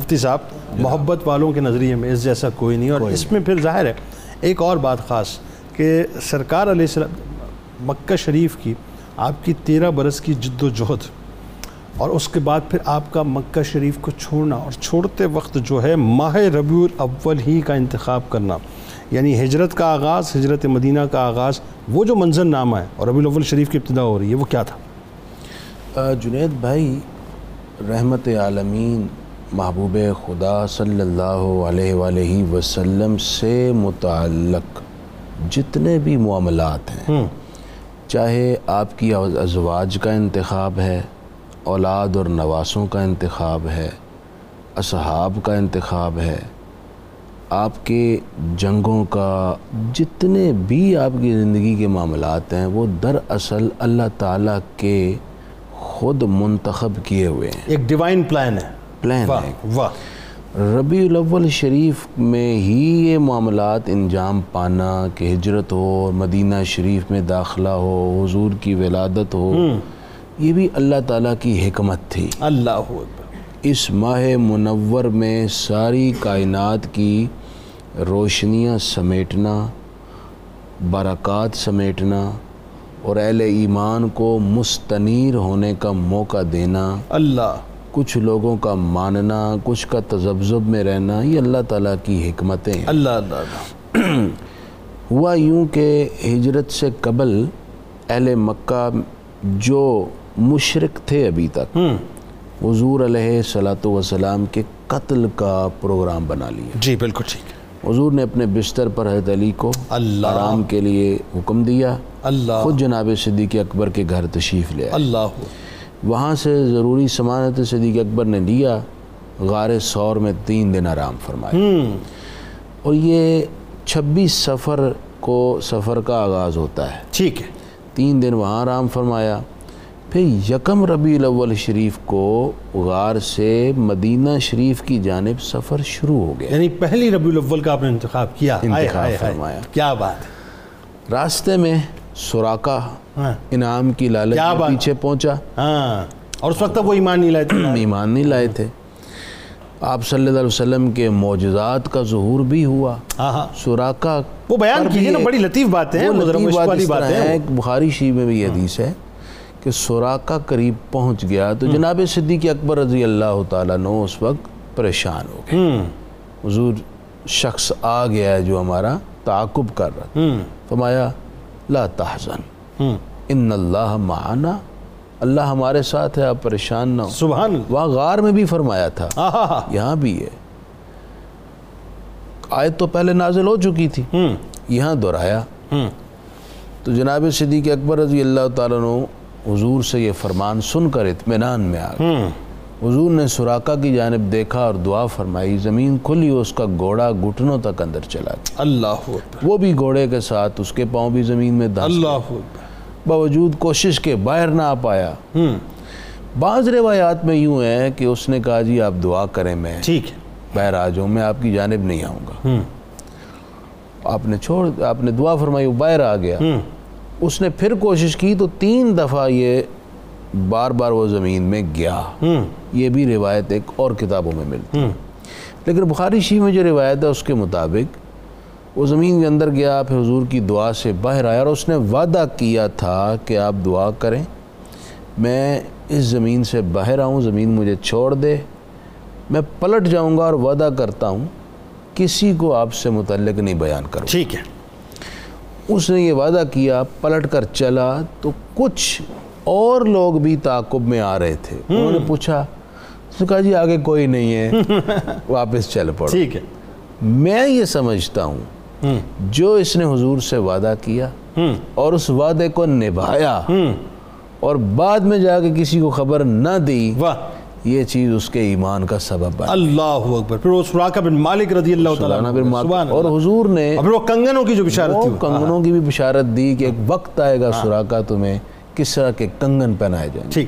مفتی صاحب محبت والوں کے نظریے میں اس جیسا کوئی نہیں اور اس میں پھر ظاہر ہے ایک اور بات خاص کہ سرکار علیہ السلام مکہ شریف کی آپ کی تیرہ برس کی جد و جہد اور اس کے بعد پھر آپ کا مکہ شریف کو چھوڑنا اور چھوڑتے وقت جو ہے ماہ ربیع الاول ہی کا انتخاب کرنا یعنی ہجرت کا آغاز ہجرت مدینہ کا آغاز وہ جو منظر نامہ ہے اور ربیع الاول شریف کی ابتدا ہو رہی ہے وہ کیا تھا جنید بھائی رحمت عالمین محبوب خدا صلی اللہ علیہ وآلہ وسلم سے متعلق جتنے بھی معاملات ہیں چاہے آپ کی ازواج کا انتخاب ہے اولاد اور نواسوں کا انتخاب ہے اصحاب کا انتخاب ہے آپ کے جنگوں کا جتنے بھی آپ کی زندگی کے معاملات ہیں وہ دراصل اللہ تعالیٰ کے خود منتخب کیے ہوئے ہیں ایک ڈیوائن پلان ہے پلان واہ ہے واہ ربیع الاول شریف میں ہی یہ معاملات انجام پانا کہ ہجرت ہو اور مدینہ شریف میں داخلہ ہو حضور کی ولادت ہو یہ بھی اللہ تعالیٰ کی حکمت تھی اللہ اکبر اس ماہ منور میں ساری کائنات کی روشنیاں سمیٹنا برکات سمیٹنا اور اہل ایمان کو مستنیر ہونے کا موقع دینا اللہ کچھ لوگوں کا ماننا کچھ کا تذبذب میں رہنا یہ اللہ تعالیٰ کی حکمتیں ہیں اللہ اللہ اللہ ہوا یوں کہ ہجرت سے قبل اہل مکہ جو مشرق تھے ابھی تک ہوں حضور علیہ صلاۃ وسلام کے قتل کا پروگرام بنا لیا جی بالکل ٹھیک ہے حضور نے اپنے بستر پر حضرت علی کو اللہ آرام کے لیے حکم دیا اللہ خود جناب صدیق اکبر کے گھر تشریف لے آئے اللہ وہاں سے ضروری سمانت صدیق اکبر نے لیا غار سور میں تین دن آرام فرمایا ہوں اور یہ چھبیس سفر کو سفر کا آغاز ہوتا ہے ٹھیک ہے تین دن وہاں آرام فرمایا پھر یکم ربیع الاول شریف کو غار سے مدینہ شریف کی جانب سفر شروع ہو گیا یعنی پہلی ربیع الاول کا آپ نے انتخاب کیا آئے آئے آئے کیا بات ہے راستے میں سوراقہ ہاں انعام کی لالچ کیا میں بات؟ پیچھے پہنچا ہاں اور اس وقت تک وہ ایمان نہیں لائے تھے ایمان نہیں لائے تھے آپ صلی اللہ علیہ وسلم کے معجزات کا ظہور بھی ہوا ہاں ہاں سوراقہ وہ بیان کیجیے نا بڑی لطیف باتیں ہیں وہ لطیف بات والی اس طرح باتیں ہے، ہیں ایک بخاری شریف میں بھی یہ حدیث ہے کہ سوراقہ قریب پہنچ گیا تو جناب صدیق اکبر رضی اللہ تعالیٰ عنہ اس وقت پریشان ہو گئے ہوں حضور شخص آ گیا ہے جو ہمارا تعاقب کر رہا تھا۔ ہوں فرمایا لا تحزن ہوں ان اللہ معنا اللہ ہمارے ساتھ ہے آپ پریشان نہ ہو سبحان اللہ وہاں غار میں بھی فرمایا تھا آہا ہاں یہاں بھی ہے آیت تو پہلے نازل ہو چکی تھی ہوں یہاں دہرایا ہوں تو جناب صدیق اکبر رضی اللہ تعالیٰ عنہ حضور سے یہ فرمان سن کر اطمینان میں آ گئے ہوں حضور نے سوراقہ کی جانب دیکھا اور دعا فرمائی زمین کھلی اس کا گھوڑا گھٹنوں تک اندر چلا گیا اللہ اکبر وہ بھی گھوڑے کے ساتھ اس کے پاؤں بھی زمین میں دھانس اللہ اکبر باوجود کوشش کے باہر نہ آ پایا ہوں بعض روایات میں یوں ہے کہ اس نے کہا جی آپ دعا کریں میں ٹھیک ہے باہر آ جاؤں میں آپ کی جانب نہیں آؤں گا ہوں آپ نے چھوڑ آپ نے دعا فرمائی وہ باہر آ گیا ہوں اس نے پھر کوشش کی تو تین دفعہ یہ بار بار وہ زمین میں گیا ہوں یہ بھی روایت ایک اور کتابوں میں ملتی ہوں لیکن بخاری شریف میں جو روایت ہے اس کے مطابق وہ زمین کے اندر گیا پھر حضور کی دعا سے باہر آیا اور اس نے وعدہ کیا تھا کہ آپ دعا کریں میں اس زمین سے باہر آؤں زمین مجھے چھوڑ دے میں پلٹ جاؤں گا اور وعدہ کرتا ہوں کسی کو آپ سے متعلق نہیں بیان کروں ٹھیک ہے اس نے یہ وعدہ کیا پلٹ کر چلا تو کچھ اور لوگ بھی تعاقب میں آ رہے تھے انہوں نے پوچھا اس نے کہا جی آگے کوئی نہیں ہے واپس چل پڑو ٹھیک ہے میں یہ سمجھتا ہوں ہوں جو اس نے حضور سے وعدہ کیا ہوں اور اس وعدے کو نبھایا ہوں اور بعد میں جا کے کسی کو خبر نہ دی واہ یہ چیز اس کے ایمان کا سبب بنا اللہ اکبر پھر وہ سراقہ بن مالک رضی اللہ تعالیٰ سبحان عنہ اللہ، سبحان اور اللہ۔ حضور نے اور پھر وہ کنگنوں کی جو بشارت وہ تھی ہاں۔ وہ۔ کنگنوں کی بھی بشارت دی کہ ایک وقت آئے گا سوراقہ تمہیں کس طرح کے کنگن پہنائے جائیں گے ٹھیک